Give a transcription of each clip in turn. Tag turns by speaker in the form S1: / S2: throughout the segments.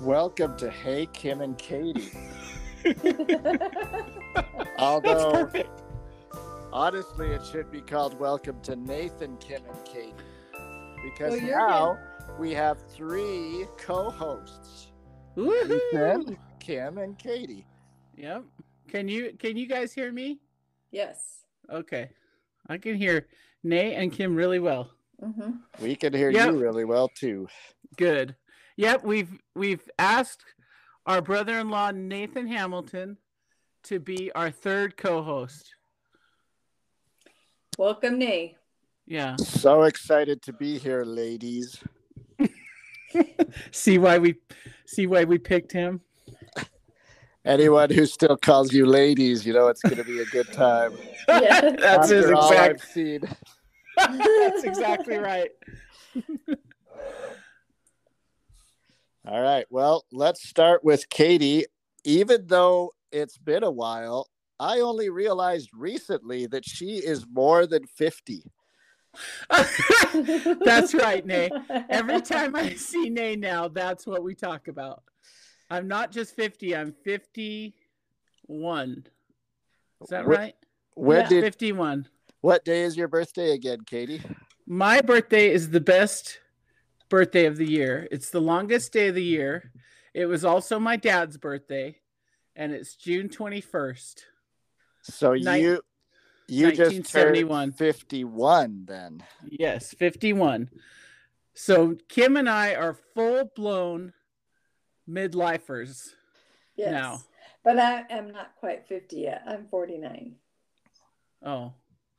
S1: welcome to Hey Kim and Katie. Although,
S2: perfect.
S1: honestly, it should be called Welcome to Nathan, Kim, and Katie because
S3: Well, you're
S1: now we have three co-hosts:
S2: Woohoo!
S1: Kim and Katie.
S2: Yep. Can you can you guys hear me?
S3: yes.
S2: Okay. I can hear Nate and Kim really well.
S3: Mm-hmm.
S1: We can hear
S2: Yep.
S1: you really well too.
S2: Good. Yep, we've we've asked our brother-in-law Nathan Hamilton to be our third co-host.
S3: Welcome, Nay.
S2: Yeah.
S1: So excited to be here, ladies.
S2: See why we see why we picked him.
S1: Anyone who still calls you ladies, you know it's going to be a good time.
S3: Yeah.
S2: That's his
S1: After all
S2: exact
S1: I've seen.
S2: That's exactly right.
S1: All right. Well, let's start with Katie. Even though it's been a while, I only realized recently that she is more than 50.
S2: That's right, Nate. Every time I see Nay now, that's what we talk about. I'm not just 50, I'm 51. Is that
S1: Wh-
S2: right?
S1: When
S3: Yeah.
S1: did
S2: 51.
S1: what day is your birthday again, Katie?
S2: My birthday is the best birthday of the year. It's the longest day of the year. It was also my dad's birthday, and it's June 21st.
S1: So
S2: Nin-
S1: you you just turned
S2: 1971.
S1: 51 then.
S2: Yes, 51. So Kim and I are full blown midlifers.
S3: yes.
S2: now.
S3: But I am not quite 50 yet. I'm 49.
S2: Oh,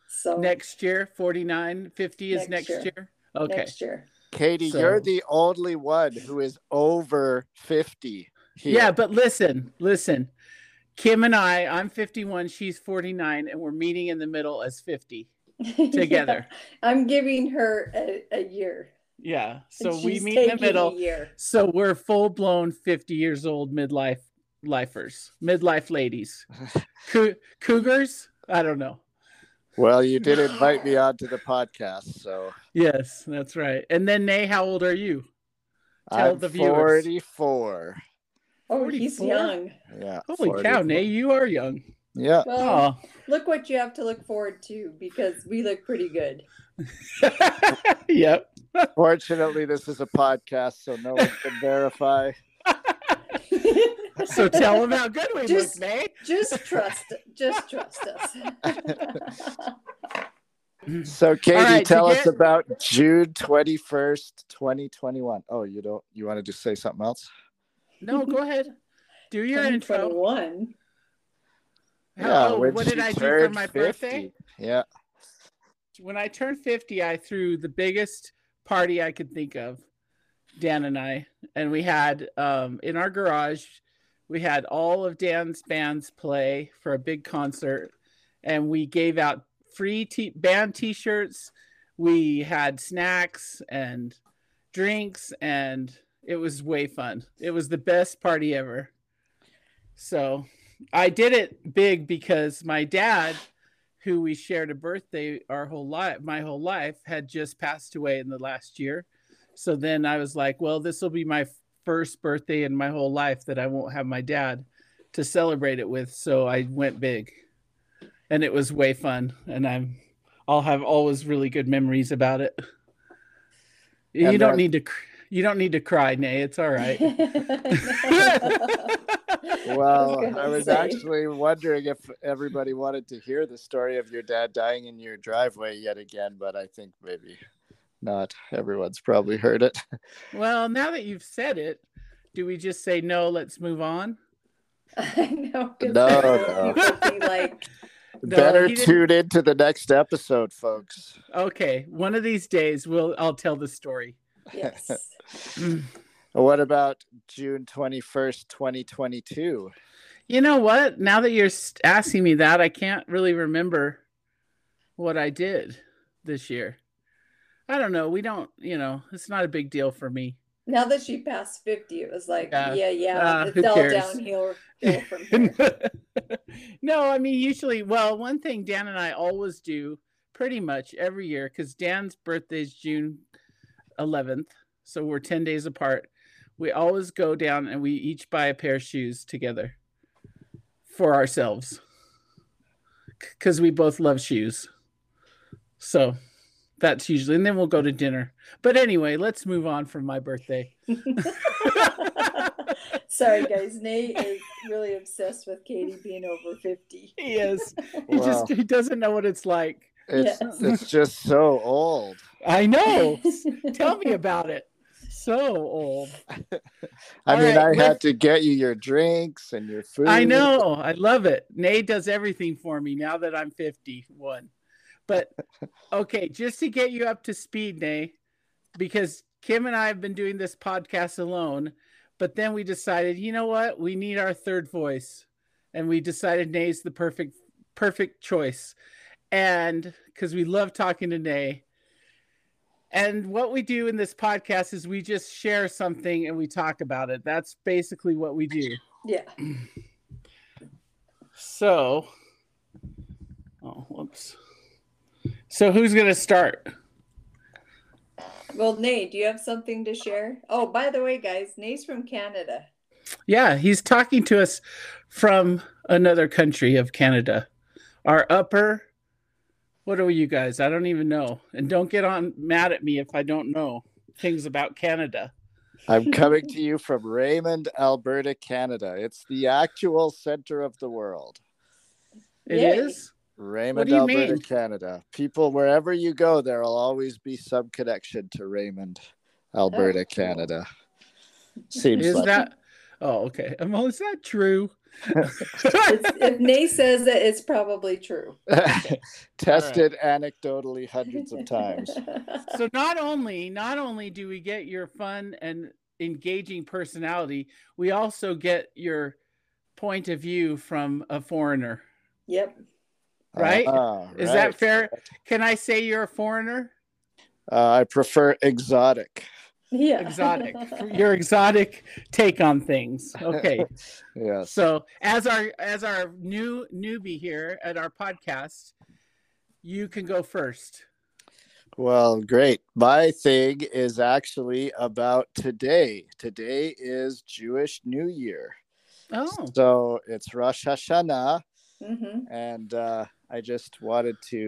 S3: So
S2: next year 49 50 is next
S3: Next
S2: year,
S3: year.
S2: okay
S3: next year.
S1: Katie, you're
S2: So-
S1: the only one who is over 50 here.
S2: yeah but listen listen kim and i i'm 51 she's 49 and we're meeting in the middle as 50 together
S3: I'm giving her a, a year.
S2: yeah,
S3: and
S2: so we
S3: she's
S2: meet in the
S3: taking A
S2: middle
S3: year.
S2: so we're full-blown 50 years old midlife lifers midlife ladies Cou- cougars i don't know
S1: Well, you did invite me onto the podcast, so
S2: yes that's right and then nay how old are you Tell
S1: I'm
S2: the viewers.
S1: 44.
S3: Oh, he's
S2: 44?
S3: young.
S1: Yeah.
S2: holy cow
S1: 44.
S2: nay you are young
S1: Yeah.
S3: Well,
S2: oh
S3: look what you have to look forward to because we look pretty good.
S2: yep
S1: Fortunately, this is a podcast, so no one can verify.
S2: So tell them how good we
S3: Just-
S2: look, May.
S3: just trust just trust us
S1: So, Katie,
S2: right, to
S1: tell us
S2: get-
S1: about June twenty first, twenty twenty one. Oh, you don't. You want to just say something else?
S2: No, go ahead. Do your intro.
S3: 2021
S2: How old-
S1: when
S2: Oh, what did
S1: she
S2: I do for
S1: turned
S2: my
S1: 50.
S2: birthday?
S1: Yeah.
S2: When I turned 50, I threw the biggest party I could think of, Dan and I. And we had um, in our garage, we had all of Dan's bands play for a big concert. And we gave out free t- band t shirts. We had snacks and drinks, and it was way fun. It was the best party ever. So I did it big because my dad, who we shared a birthday our whole life, my whole life, had just passed away in the last year. So then I was like, well, this will be my first birthday in my whole life that I won't have my dad to celebrate it with. So I went big and it was way fun. And I'm, I'll have always really good memories about it. you
S1: And
S2: don't
S1: that-
S2: need to, cr- you don't need to cry, Nay. It's all right.
S1: Well,
S3: gonna
S1: I was
S3: say.
S1: actually wondering if everybody wanted to hear the story of your dad dying in your driveway yet again, but I think maybe not. Everyone's probably heard it.
S2: Well, now that you've said it, do we just say no? Let's move on.
S3: i know 'cause
S1: No, no.
S3: I know people be like
S2: No,
S1: Better
S2: he didn't-
S1: tune into the next episode, folks.
S2: Okay, one of these days we'll I'll tell the story.
S3: yes
S2: Mm.
S1: What about June 21st, 2022?
S2: You know what? Now that you're s- asking me that, I can't really remember what I did this year. I don't know. We don't, you know, it's not a big deal for me.
S3: now that she passed 50 it was like
S2: Yeah.
S3: yeah yeah,
S2: Ah,
S3: it's
S2: who
S3: all
S2: cares?
S3: downhill hill from here
S2: no, I mean, usually, well, one thing Dan and I always do pretty much every year because Dan's birthday is June 11th. So we're 10 days apart. we always go down and we each buy a pair of shoes together for ourselves because we both love shoes. So that's usually, and then we'll go to dinner. But anyway, let's move on from my birthday.
S3: Sorry, guys. Nate is really obsessed with Katie being over 50.
S2: He is. He
S1: Wow.
S2: just he doesn't know what it's like.
S1: It's
S3: Yes.
S1: it's just so old.
S2: I know. Tell me about it. So old.
S1: I
S2: All
S1: mean,
S2: right,
S1: I had
S2: let's-
S1: to get you your drinks and your food.
S2: I know. I love it. Nay does everything for me now that I'm 51. But okay, just to get you up to speed, Nay, because Kim and I have been doing this podcast alone, but then we decided, you know what? We need our third voice. And we decided Nay's the perfect perfect choice. And cuz we love talking to Nay. And what we do in this podcast is we just share something and we talk about it. That's basically what we do.
S3: Yeah.
S2: So, oh, whoops. So who's gonna start?
S3: Well, Nate, do you have something to share? Oh, by the way, guys, Nate's from Canada.
S2: Yeah, he's talking to us from another country of Canada. Our upper. What are you guys? I don't even know. And don't get on mad at me if I don't know things about Canada.
S1: I'm coming to you from Raymond, Alberta, Canada. It's the actual center of the world.
S2: It is.
S3: Yay.
S1: Raymond,
S2: do you
S1: Alberta,
S2: mean?
S1: Canada. People, wherever you go, there will always be some connection to Raymond,
S2: Oh,
S1: Alberta, Canada. Seems
S2: Is
S1: like
S2: that? Oh, okay. Um, well, is that true?
S3: It's, if Nate says it, it's probably true.
S1: tested anecdotally hundreds of times.
S2: so not only not only do we get your fun and engaging personality we also get your point of view from a foreigner
S3: yep.
S2: Right?
S1: Uh-huh,
S2: is that
S1: right.
S2: fair can i say you're a foreigner
S1: Uh, I prefer exotic.
S3: Yeah.
S2: exotic your exotic take on things okay
S1: Yes.
S2: so as our as our new newbie here at our podcast you can go first
S1: Well, great. My thing is actually about today. Today is Jewish New Year.
S2: oh
S1: So it's Rosh Hashanah.
S3: Mhm.
S1: And uh, I just wanted to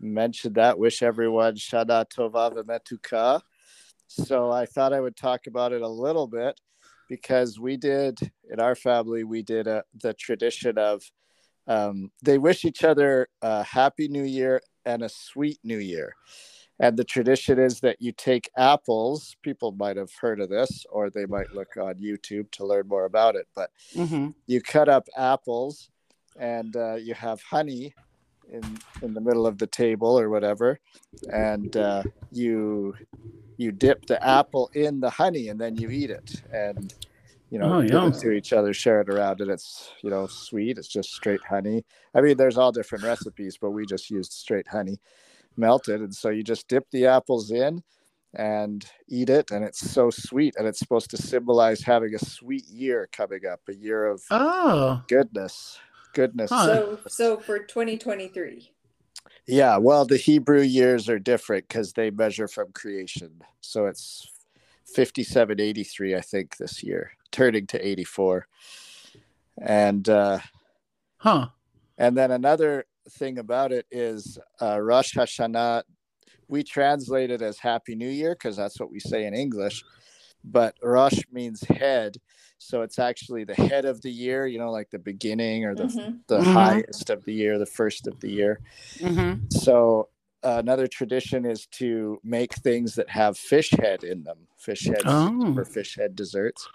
S1: mention that. Wish everyone Shana Tova V'metuka. So I thought I would talk about it a little bit because we did in our family we did a, the tradition of um, they wish each other a happy new year and a sweet new year. And the tradition is that you take apples. People might have heard of this, or they might look on YouTube to learn more about it. But
S2: mhm.
S1: you cut up apples and uh, you have honey in in the middle of the table or whatever and uh, you you dip the apple in the honey and then you eat it and you know
S2: Oh,
S1: give
S2: yum.
S1: it to each other share it around and it's you know sweet it's just straight honey i mean there's all different recipes but we just used straight honey melted and so you just dip the apples in and eat it and it's so sweet and it's supposed to symbolize having a sweet year coming up a year of
S2: oh
S1: goodness goodness
S2: Huh.
S3: So, so for 2023.
S1: yeah well the hebrew years are different because they measure from creation so it's 5783 i think this year turning to 84 and uh
S2: huh
S1: And then another thing about it is uh, Rosh Hashanah, we translate it as Happy New Year because that's what we say in English. But Rosh means head. So it's actually the head of the year, you know, like the beginning or the,
S3: Mhm.
S1: the
S2: Mhm.
S1: highest of the year, the first of the year.
S2: hmm
S1: So uh, another tradition is to make things that have fish head in them, fish heads
S2: Oh.
S1: or fish head desserts,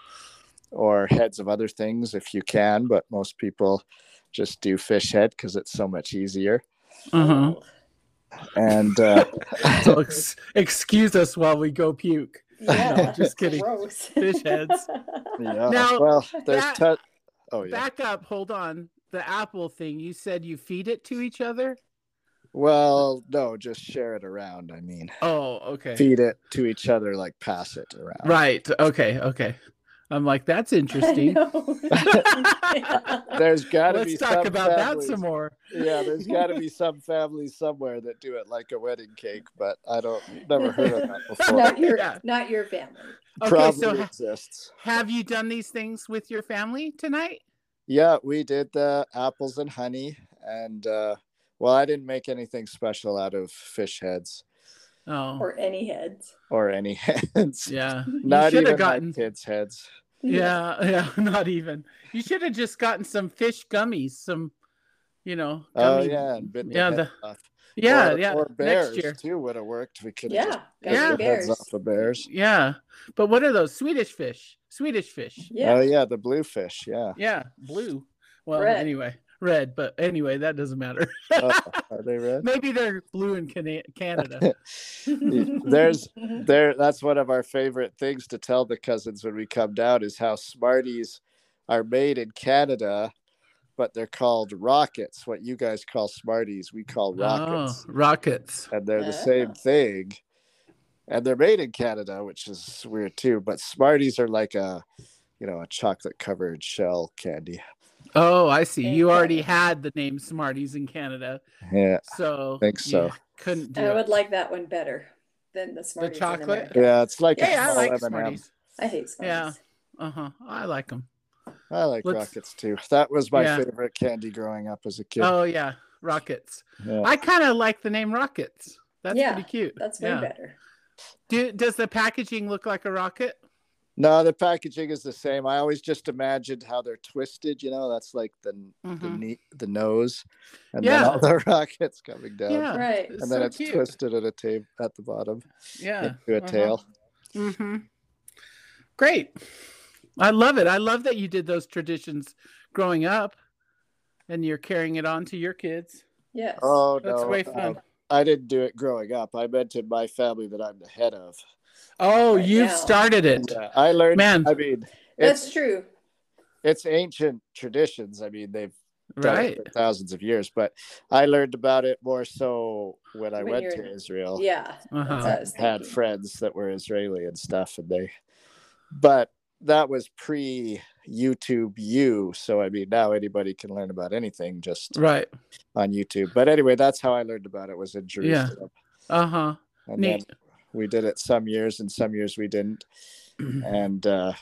S1: or heads of other things if you can. But most people just do fish head because it's so much easier.
S2: uh-huh
S1: And uh,
S2: So ex- excuse us while we go puke.
S3: Yeah.
S2: just kidding.
S3: Gross.
S2: Fish heads.
S1: yeah,
S2: Now,
S1: well, there's
S2: that-
S1: ton- oh yeah.
S2: Back up. Hold on. The apple thing. You said you feed it to each other.
S1: Well, no, just share it around. I mean,
S2: Oh, okay.
S1: feed it to each other, like pass it around.
S2: Right. Okay. Okay. I'm like, that's interesting.
S3: know.
S1: There's got to be.
S2: Let's talk
S1: some
S2: about that
S1: families-
S2: some more.
S1: Yeah, there's got to be some families somewhere that do it like a wedding cake, but I don't never heard of that before.
S3: not your
S2: Yeah.
S3: not your family.
S2: Okay,
S1: probably
S2: so ha-
S1: exists.
S2: have you done these things with your family tonight?
S1: Yeah, we did the apples and honey, and uh, well, I didn't make anything special out of fish heads
S2: Oh,
S3: or any heads.
S1: or any heads.
S2: yeah. You
S1: Not
S2: should
S1: even
S2: have gotten.
S1: my kids' heads.
S2: Yeah, yeah, not even. You should have just gotten some fish gummies, some, you know.
S1: Oh
S2: gummy-
S1: yeah, and bit the
S2: yeah,
S1: head
S2: the-
S1: off.
S2: yeah,
S1: Or-
S2: yeah.
S1: Or bears
S2: next year.
S1: too would have worked. We could have
S3: Yeah.
S1: just cut
S3: gummy
S2: Yeah.
S1: the heads
S3: bears.
S1: off of bears.
S2: Yeah, but what are those Swedish fish? Swedish fish.
S3: Yeah.
S1: Oh yeah, the bluefish. Yeah.
S2: Yeah, blue. Well,
S3: Red.
S2: anyway, red. But anyway, that doesn't matter.
S1: Oh, are they red?
S2: Maybe they're blue in Cana- Canada.
S1: There's- there that's one of our favorite things to tell the cousins when we come down is how smarties are made in canada but they're called rockets what you guys call smarties we call rockets
S2: Oh, rockets.
S1: and they're the
S3: Ah.
S1: same thing and they're made in canada which is weird too but smarties are like a you know a chocolate covered shell candy
S2: Oh, I see.
S3: In
S2: You already
S3: Canada.
S2: had the name Smarties in Canada,
S1: yeah
S2: so
S1: think
S2: you
S1: so.
S2: Couldn't do
S3: I
S2: it.
S3: would like that one better than the Smarties. in
S2: chocolate?
S3: America.
S1: yeah it's like
S2: Hey, I
S1: small
S2: like
S1: M&M.
S2: Smarties.
S3: I hate Smarties.
S2: Yeah. Uh huh. I like them.
S1: I like
S2: Let's-
S1: rockets too that was my
S2: Yeah.
S1: favorite candy growing up as a kid
S2: Oh yeah, rockets.
S1: yeah.
S2: I kind of like the name rockets. That's
S3: Yeah,
S2: pretty cute.
S3: That's way
S2: yeah.
S3: better.
S2: Do, does the packaging look like a rocket?
S1: No, the packaging is the same. I always just imagined how they're twisted. You know, that's like the the
S2: Mhm.
S1: knee, the nose, and then
S2: Yeah.
S1: all the rockets coming down,
S2: Yeah.
S3: Right.
S1: and then
S2: so
S1: it's
S2: cute.
S1: twisted at a tail at the bottom
S2: Yeah.
S1: into a
S2: uh-huh.
S1: tail.
S2: hmm Great. I love it. I love that you did those traditions growing up, and you're carrying it on to your kids.
S3: Yes.
S1: Oh no,
S2: That's way
S1: no.
S2: fun.
S1: I didn't do it growing up. I meant in my family that I'm the head of.
S2: Oh,
S3: Right
S2: you've
S3: now.
S2: started it.
S1: Yeah, I learned.
S2: uh, Man.
S1: I mean,
S3: That's
S1: it's
S3: true.
S1: it's ancient traditions. I mean, they've done it
S2: Right.
S1: for thousands of years, but I learned about it more so when I
S3: When
S1: went
S3: you're
S1: to
S3: in-
S1: Israel.
S3: Yeah.
S2: Uh-huh.
S3: That's what I was
S1: had
S3: thinking.
S1: friends that were Israeli and stuff, and they, but that was pre YouTube U. So, I mean, now anybody can learn about anything just
S2: Right.
S1: on YouTube. But anyway, that's how I learned about it was in Jerusalem.
S2: Uh huh.
S1: And then
S2: Neat.
S1: we did it some years, and some years we didn't. And, uh,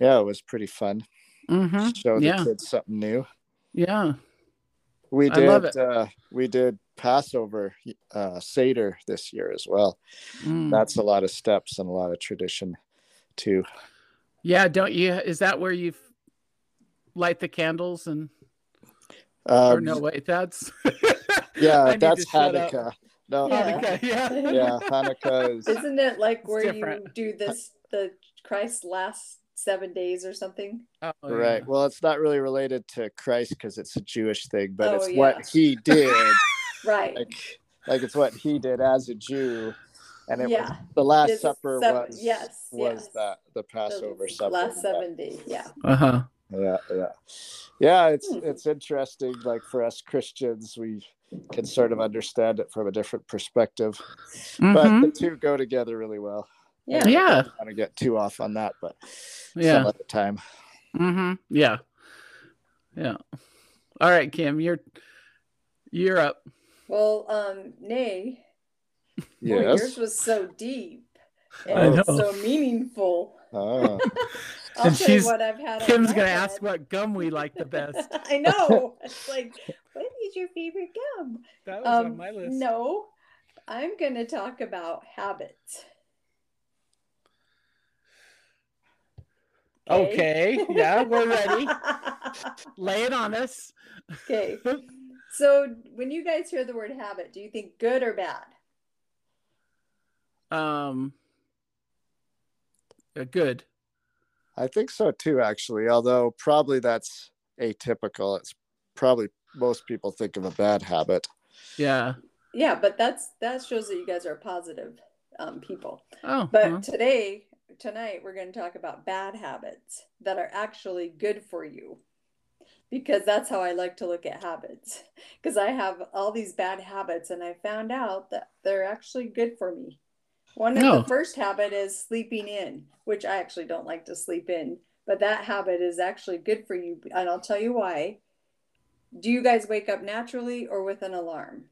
S1: yeah, it was pretty fun.
S2: hmm
S1: Show the
S2: Yeah.
S1: kids something new.
S2: Yeah.
S1: We
S2: I love
S1: did. Uh, we did Passover uh, Seder this year as well.
S2: Mm.
S1: That's a lot of steps and a lot of tradition, too.
S2: Yeah. Don't you? Is that where you light the candles and? or
S1: Um,
S2: no, wait, that's I
S1: Yeah,
S2: need
S1: that's
S2: to shut up.
S1: Hanukkah. No,
S3: Yeah.
S2: Hanukkah, yeah.
S1: yeah, Hanukkah is.
S3: Isn't it like
S2: It's
S3: where you
S2: different.
S3: do this the Christ's last seven days or something?
S2: Oh, yeah.
S1: Right. Well, it's not really related to Christ because it's a Jewish thing, but
S3: Oh,
S1: it's
S3: yeah.
S1: what he did.
S3: Right.
S1: like, like it's what he did as a Jew, and it was
S3: yeah.
S1: the Last
S3: This
S1: Supper
S3: seven-
S1: was
S3: yes,
S1: was
S3: yes.
S1: that the Passover supper.
S3: Last
S1: yeah.
S3: seven days. Yeah.
S2: Uh-huh.
S1: Yeah, yeah, yeah. It's
S3: Hmm.
S1: it's interesting. Like for us Christians, we can sort of understand it from a different perspective,
S2: Mhm.
S1: but the two go together really well.
S3: Yeah.
S2: yeah.
S1: I don't want to get too off on that, but
S2: Yeah.
S1: some other time.
S2: Mhm. Yeah. Yeah. All right, Kim, you're you're up.
S3: Well, um, Nay, boy, yours was so deep
S1: I
S3: and
S2: know.
S3: so meaningful.
S1: Oh,
S3: I'll
S2: And
S3: tell you
S2: she's-
S3: what I've had. on
S2: Kim's
S3: my
S2: gonna
S3: head.
S2: ask what gum we like the best.
S3: I know. It's like, what is your favorite gum?
S2: That
S3: Um, No, I'm going to talk about habits.
S2: Okay. Yeah, we're ready. Lay it on us.
S3: okay. So, when you guys hear the word habit, do you think good or bad?
S2: Um uh, good.
S1: I think so too, actually. Although probably that's atypical. It's probably most people think of a bad habit.
S2: Yeah.
S3: Yeah, but that's that shows that you guys are positive um, people.
S2: Oh.
S3: But
S2: well,
S3: today, tonight, we're going to talk about bad habits that are actually good for you. Because that's how I like to look at habits. Because I have all these bad habits and I found out that they're actually good for me. One of
S2: No.
S3: the first habit is sleeping in, which I actually don't like to sleep in, but that habit is actually good for you. And I'll tell you why. Do you guys wake up naturally or with an alarm?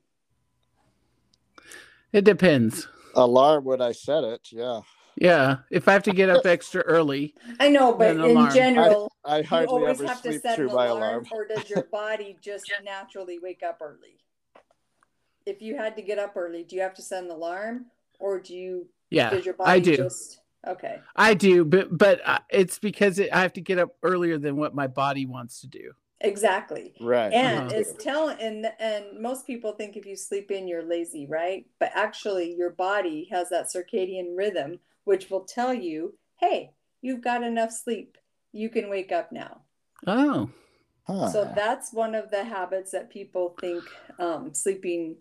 S2: it depends.
S1: Alarm when I said it. Yeah.
S2: Yeah, if I have to get up extra early,
S3: I know, but
S2: An
S3: in
S2: alarm.
S3: general,
S1: I
S3: you
S1: hardly
S3: always
S1: ever
S3: have to
S1: sleep
S3: set an
S1: through my
S3: alarm,
S1: alarm.
S3: or does your body just naturally wake up early? If you had to get up early, do you have to set an alarm, or do you?
S2: yeah,
S3: does your body
S2: I do.
S3: Just, okay.
S2: I do, but but uh, it's because it, I have to get up earlier than what my body wants to do.
S3: Exactly.
S1: Right.
S3: And
S2: Uh-huh.
S3: it's telling, and and most people think if you sleep in, you're lazy, right? But actually, your body has that circadian rhythm, which will tell you, hey, you've got enough sleep. You can wake up now.
S2: Oh,
S1: Huh.
S3: So that's one of the habits that people think um, sleeping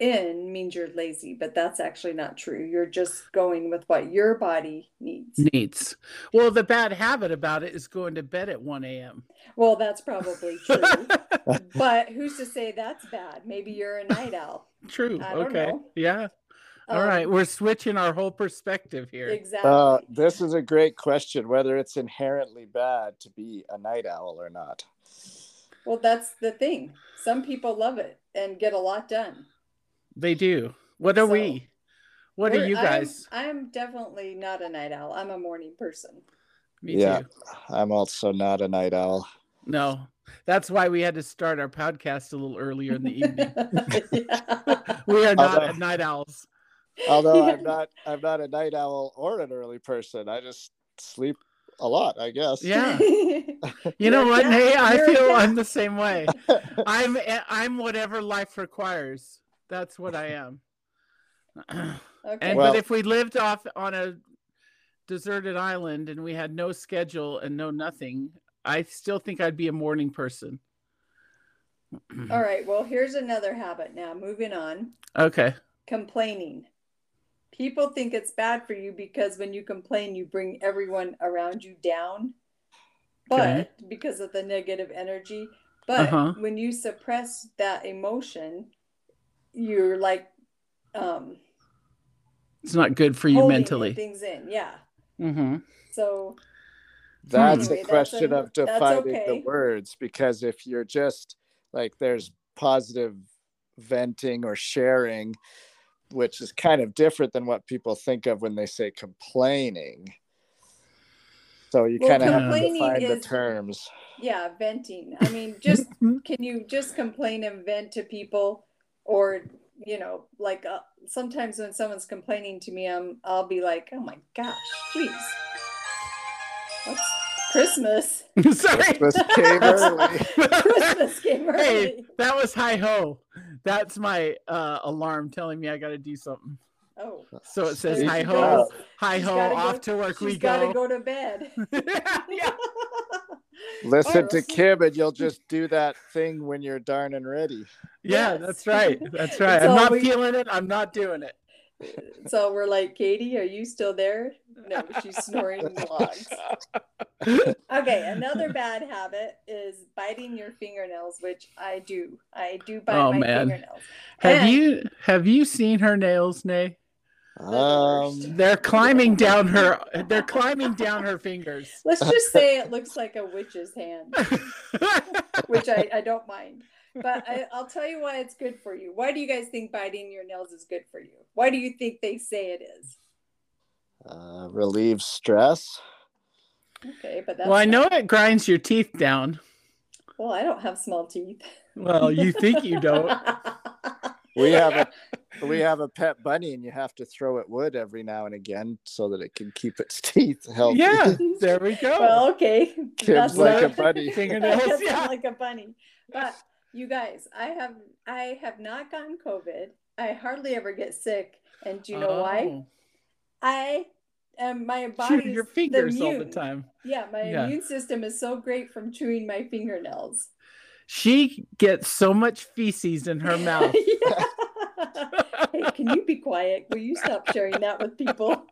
S3: in means you're lazy, but that's actually not true. You're just going with what your body needs.
S2: neats. Well, the bad habit about it is going to bed at one a.m.
S3: Well, that's probably true, but who's to say that's bad? Maybe you're a night owl.
S2: True.
S3: I don't
S2: okay.
S3: know.
S2: Yeah. All
S3: Um,
S2: right. We're switching our whole perspective here.
S3: Exactly.
S1: Uh, this is a great question whether it's inherently bad to be a night owl or not.
S3: well, that's the thing. Some people love it and get a lot done.
S2: They do. What are
S3: So,
S2: we? What are
S3: We're-
S2: you
S3: I'm-
S2: guys?
S3: I'm definitely not a night owl. I'm a morning person.
S2: Me
S1: Yeah.
S2: too.
S1: I'm also not a night owl.
S2: No. That's why we had to start our podcast a little earlier in the evening.
S3: Yeah.
S2: we are not
S1: Although-
S2: night owls.
S1: Although
S3: Yeah.
S1: I'm not I'm not a night owl or an early person. I just sleep a lot, I guess.
S2: Yeah. You
S3: You're
S2: know
S3: a
S2: what?
S3: cat.
S2: Hey, I
S3: You're a
S2: feel
S3: cat.
S2: I'm the same way. I'm eh, I'm whatever life requires. That's what I am.
S3: Okay.
S2: And
S1: Well-
S2: but if we lived off on a deserted island and we had no schedule and no nothing, I still think I'd be a morning person.
S3: All right. Well, here's another habit now. Moving on.
S2: Okay.
S3: Complaining. People think it's bad for you because when you complain, you bring everyone around you down, but
S2: Okay.
S3: because of the negative energy. But
S2: Uh-huh.
S3: when you suppress that emotion, you're like um,
S2: It's not good for you
S3: holding
S2: mentally.
S3: things in. Yeah.
S2: Mm-hmm.
S3: So
S1: That's
S3: Anyway,
S1: a
S3: that's
S1: question
S3: a-
S1: of
S3: that's
S1: defining
S3: okay.
S1: the words because if you're just like there's positive venting or sharing, which is kind of different than what people think of when they say complaining. So you
S3: Well,
S1: kind of have to
S3: complaining
S1: define the
S3: is-
S1: terms.
S3: yeah, venting. I mean, just can you just complain and vent to people or you know like uh, sometimes when someone's complaining to me i'm i'll be like oh my gosh jeez what's christmas
S2: Sorry.
S1: This came early.
S3: christmas came early
S2: hey, that was hi ho. That's my uh, alarm telling me I got to do something.
S3: oh
S2: So it says
S1: There
S2: hi
S1: you
S2: ho,
S1: go.
S2: hi
S3: She's
S2: ho,
S3: gotta go-
S2: off to work we
S3: she's got to
S2: go.
S3: go to bed
S2: yeah.
S1: Listen to
S3: Alright.
S1: Kim and you'll just do that thing when you're darn and ready.
S2: Yeah,
S3: Yes.
S2: that's right. That's right.
S3: So
S2: I'm not
S3: we-
S2: feeling it. I'm not doing it.
S3: so we're like katie are you still there no she's snoring logs Okay, another bad habit is biting your fingernails, which I do. I do bite
S2: Oh,
S3: my
S2: man.
S3: fingernails.
S2: Have
S3: And-
S2: you have you seen her nails, Nay?
S1: Um,
S2: They're climbing down her they're climbing down her fingers.
S3: Let's just say it looks like a witch's hand, which I, I don't mind. But I, I'll tell you why it's good for you. Why do you guys think biting your nails is good for you? Why do you think they say it is?
S1: uh, relieve stress.
S3: Okay, but that's
S2: well, I know
S3: not-
S2: it grinds your teeth down.
S3: Well, I don't have small teeth.
S2: Well, you think you don't.
S1: We have a we have a pet bunny and you have to throw it wood every now and again so that it can keep its teeth healthy.
S2: Yeah, there we go.
S3: well, okay.
S1: Kim's
S2: like a
S1: bunny.
S2: Fingernails,
S3: That's
S2: yeah.
S3: like a bunny. But you guys, I have I have not gotten COVID. I hardly ever get sick. And do you know why?
S2: Oh.
S3: I am my
S2: Shoot,
S3: body
S2: your fingers all the time.
S3: Yeah, my
S2: Yeah.
S3: immune system is so great from chewing my fingernails.
S2: She gets so much feces in her mouth.
S3: Yeah. hey, can you be quiet? Will you stop sharing that with people?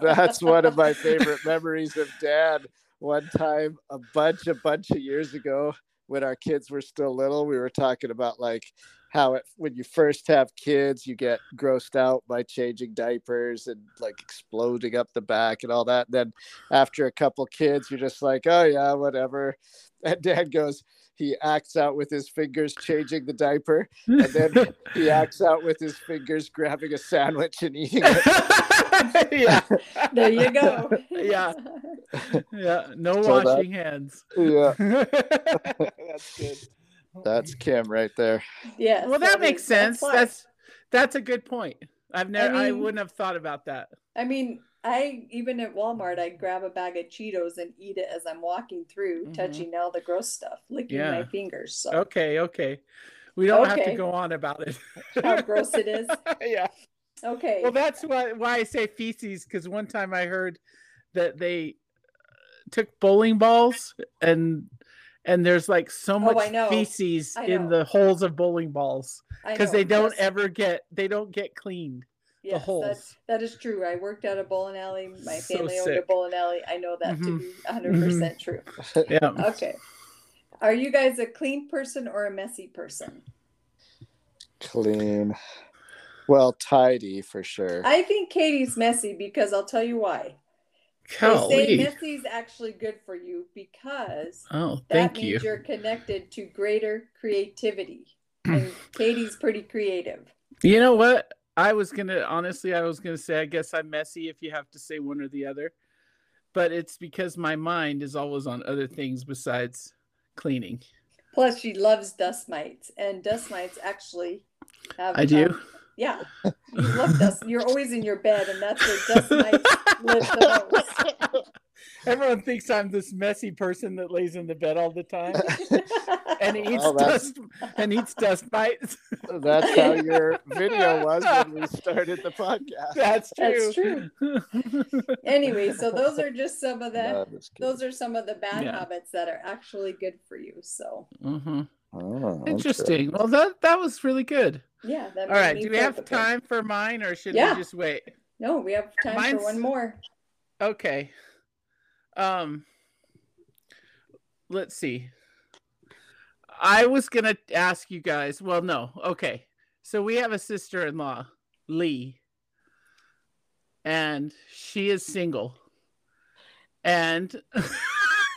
S1: That's one of my favorite memories of dad. One time, a bunch, a bunch of years ago, when our kids were still little, we were talking about like how it, when you first have kids, you get grossed out by changing diapers and like exploding up the back and all that. Then after a couple kids, you're just like, oh yeah, whatever. And dad goes, he acts out with his fingers changing the diaper. And then he acts out with his fingers grabbing a sandwich and eating it.
S2: yeah,
S3: There you go.
S2: Yeah. yeah. No
S1: So that-
S2: washing hands.
S1: yeah,
S2: That's good.
S1: that's Kim right there.
S3: yes.
S2: well, that
S3: is-
S2: makes sense.
S3: why.
S2: That's that's a good point. I've never, I,
S3: mean-
S2: wouldn't have thought about that.
S3: I mean, I even at Walmart, I grab a bag of Cheetos and eat it as I'm walking through,
S2: Mhm.
S3: touching all the gross stuff, licking
S2: Yeah.
S3: my fingers. So
S2: Okay, okay. We don't have to
S3: Okay.
S2: go on about it.
S3: how gross it is.
S2: yeah.
S3: Okay.
S2: Well, that's why why I say feces because one time I heard that they uh, took bowling balls and and there's like so much
S3: Oh, I know.
S2: feces
S3: I
S2: in
S3: know.
S2: the holes of bowling balls
S3: I
S2: because
S3: know,
S2: they don't
S3: yes,
S2: ever get they don't get cleaned
S3: yes,
S2: the
S3: that-
S2: holes.
S3: that is true. I worked at a bowling alley. My
S2: So
S3: family owned a
S2: sick.
S3: bowling alley. I know that to
S2: Mhm.
S3: be 100 percent true.
S2: Yeah.
S3: Okay. Are you guys a clean person or a messy person?
S1: Clean, well, tidy for sure.
S3: I think Katie's messy because I'll tell you why. They say
S2: Golly.
S3: messy is actually good for you because
S2: Oh,
S3: that
S2: thank you.
S3: means are connected to greater creativity. and Katie's pretty creative.
S2: You know what? I was gonna honestly, I was gonna say, I guess I'm messy if you have to say one or the other, but it's because my mind is always on other things besides cleaning.
S3: Plus, she loves dust mites, and dust mites actually have.
S2: I do.
S3: um, yeah, you love dust. You're always in your bed, and that's where dust mites live the most.
S2: Everyone thinks I'm this messy person that lays in the bed all the time and eats
S1: Well, that's-
S2: dust and eats dust bites.
S1: That's how your video was when we started the podcast.
S2: That's true.
S3: That's true. anyway, so those are just some of the.
S1: No, I'm just kidding.
S3: Those are some of the bad
S2: Yeah.
S3: habits that are actually good for you. So
S2: Mhm.
S1: Oh, okay.
S2: Interesting. Well, that that was really good.
S3: yeah, that
S2: All
S3: made
S2: right.
S3: me
S2: Do we
S3: think
S2: have
S3: of it.
S2: time for mine, or should
S3: Yeah.
S2: we just wait?
S3: No, we have time
S2: Mine's-
S3: for one more.
S2: Okay. Um let's see. I was going to ask you guys. Well, no. Okay. So we have a sister-in-law, Lee. And she is single. And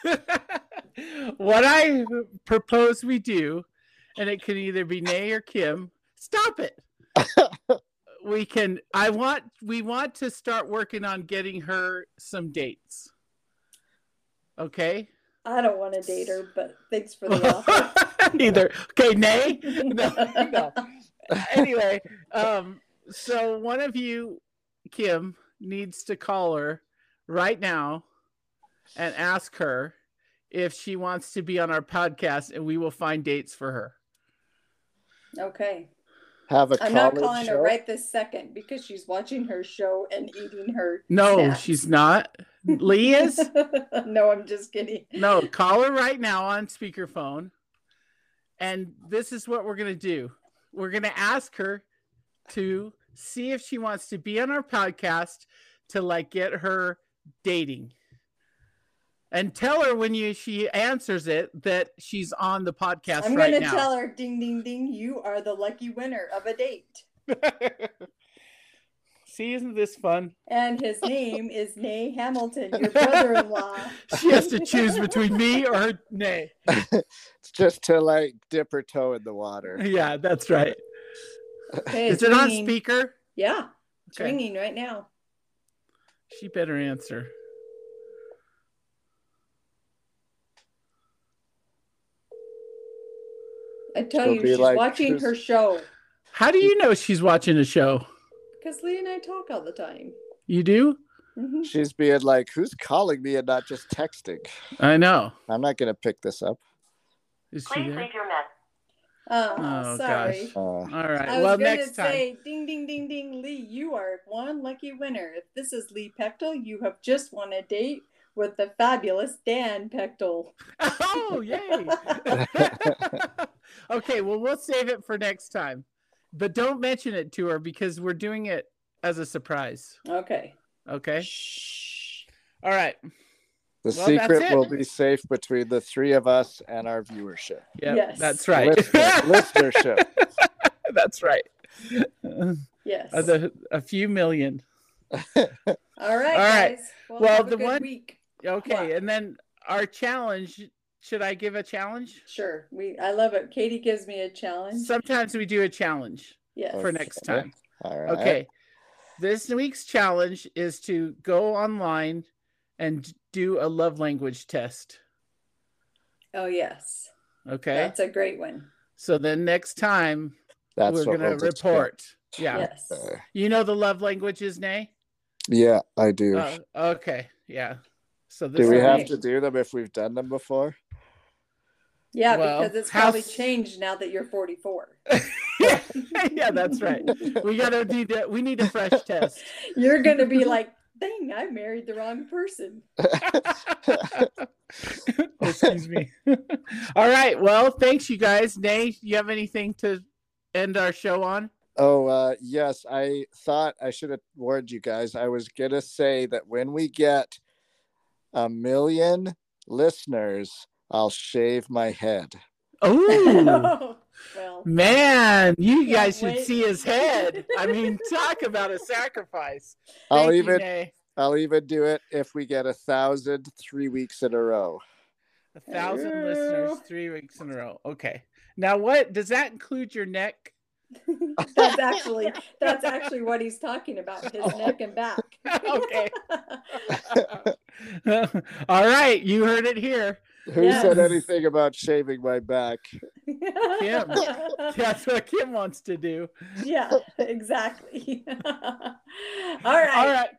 S2: what I propose we do, and it can either be Nay or Kim. Stop it we can i want we want to start working on getting her some dates okay
S3: I don't want to date her, but thanks for the offer.
S2: either okay nay no, no. anyway um so one of you kim needs to call her right now and ask her if she wants to be on our podcast and we will find dates for her
S3: Okay.
S1: Have a
S3: I'm not
S1: college
S3: calling
S1: show.
S3: her right this second because she's watching her show and eating her.
S2: no
S3: snacks.
S2: she's not lee is
S3: no, I'm just kidding.
S2: No, call her right now on speakerphone. And this is what we're going to do we're going to ask her to see if she wants to be on our podcast to like get her dating. And tell her when you she answers it that she's on the podcast
S3: I'm
S2: right
S3: gonna
S2: now.
S3: tell her, ding, ding, ding, you are the lucky winner of a date.
S2: see, isn't this fun?
S3: And his name is Nay Hamilton, your brother-in-law.
S2: She has to choose between me or her nay.
S1: It's just to like dip her toe in the water.
S2: Yeah, that's right.
S3: Okay,
S2: Is
S3: it's
S2: it on
S3: ringing.
S2: speaker?
S3: Yeah, it's
S2: Okay.
S3: ringing right now.
S2: She better answer.
S3: I tell
S1: She'll
S3: you,
S1: be
S3: she's
S1: like,
S3: watching
S1: "Who's-"
S3: her show
S2: How do you know she's watching a show?
S3: because Lee and I talk all the time.
S2: You do?
S3: Mhm.
S1: She's being like, "Who's calling me and not just texting?"
S2: I know.
S1: I'm not gonna pick this up.
S2: Is she
S4: Please
S2: there?
S4: leave your message.
S3: Oh,
S2: Oh,
S3: sorry.
S2: gosh.
S1: Uh,
S2: All right.
S3: I was
S2: Well,
S3: gonna
S2: next time.
S3: say, ding, ding, ding, ding, Lee, you are one lucky winner. If this is Lee Pechtel, you have just won a date with the fabulous Dan Pechtel.
S2: oh, yay. okay. Well, we'll save it for next time. But don't mention it to her because we're doing it as a surprise.
S3: Okay.
S2: Okay.
S3: Shh.
S2: All right.
S1: the
S2: Well, that's
S1: secret
S2: it.
S1: will be safe between the three of us and our viewership,
S2: Yeah.
S3: Yes.
S2: That's right.
S1: Listener- listenership.
S2: that's right.
S3: Yes.
S2: Uh, the- a few million.
S3: all right,
S2: All right.
S3: guys. Well,
S2: Well,
S3: have a
S2: the
S3: good
S2: one-
S3: week.
S2: Okay.
S3: What?
S2: And then our challenge. Should I give a challenge?
S3: Sure. We I love it. Katie gives me a challenge.
S2: Sometimes we do a challenge
S3: yes.
S2: for next
S1: Okay.
S2: time.
S1: All right.
S2: Okay. This week's challenge is to go online and do a love language test.
S3: Oh, yes.
S2: Okay.
S3: That's a great one.
S2: So then next time
S1: That's
S2: we're
S1: what
S2: gonna
S1: we'll expect.
S2: report. Yeah.
S3: Yes.
S1: Okay.
S2: You know the love languages, Nay?
S1: Yeah, I do.
S2: Oh, okay. Yeah. So this
S1: do we
S2: will
S1: have
S2: be-
S1: to do them if we've done them before?
S3: Yeah,
S2: Well,
S3: because it's
S2: how
S3: probably
S2: s-
S3: changed now that you're 44.
S2: yeah, that's right. We gotta do that. We need a fresh test.
S3: You're going to be like, dang, I married the wrong person.
S2: Excuse me. All right. Well, thanks you guys. Nay, you have anything to end our show on?
S1: Oh, uh, yes. I thought I should have warned you guys. I was going to say that when we get a million listeners, I'll shave my head.
S2: Oh
S3: well,
S2: man, you
S3: Can't
S2: guys should
S3: wait.
S2: see his head. I mean, talk about a sacrifice.
S1: I'll
S2: Thank you,
S1: even
S2: Nay.
S1: I'll even do it if we get a thousand three weeks in a row.
S2: A thousand
S3: Hello.
S2: listeners three weeks in a row. Okay. Now what does that include your neck?
S3: that's actually that's actually what he's talking about his
S2: Oh.
S3: neck and back.
S2: okay. All right, you heard it here.
S1: Who said
S3: Yes.
S1: anything about shaving my back?
S2: That's what Kim wants to do.
S3: yeah, exactly. All right.
S2: All right.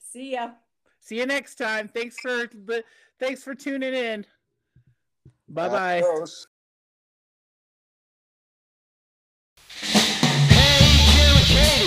S3: See ya.
S2: See you next time. Thanks for the thanks for tuning in. Bye bye.
S1: Adios.
S4: Hey, Jim and Katie.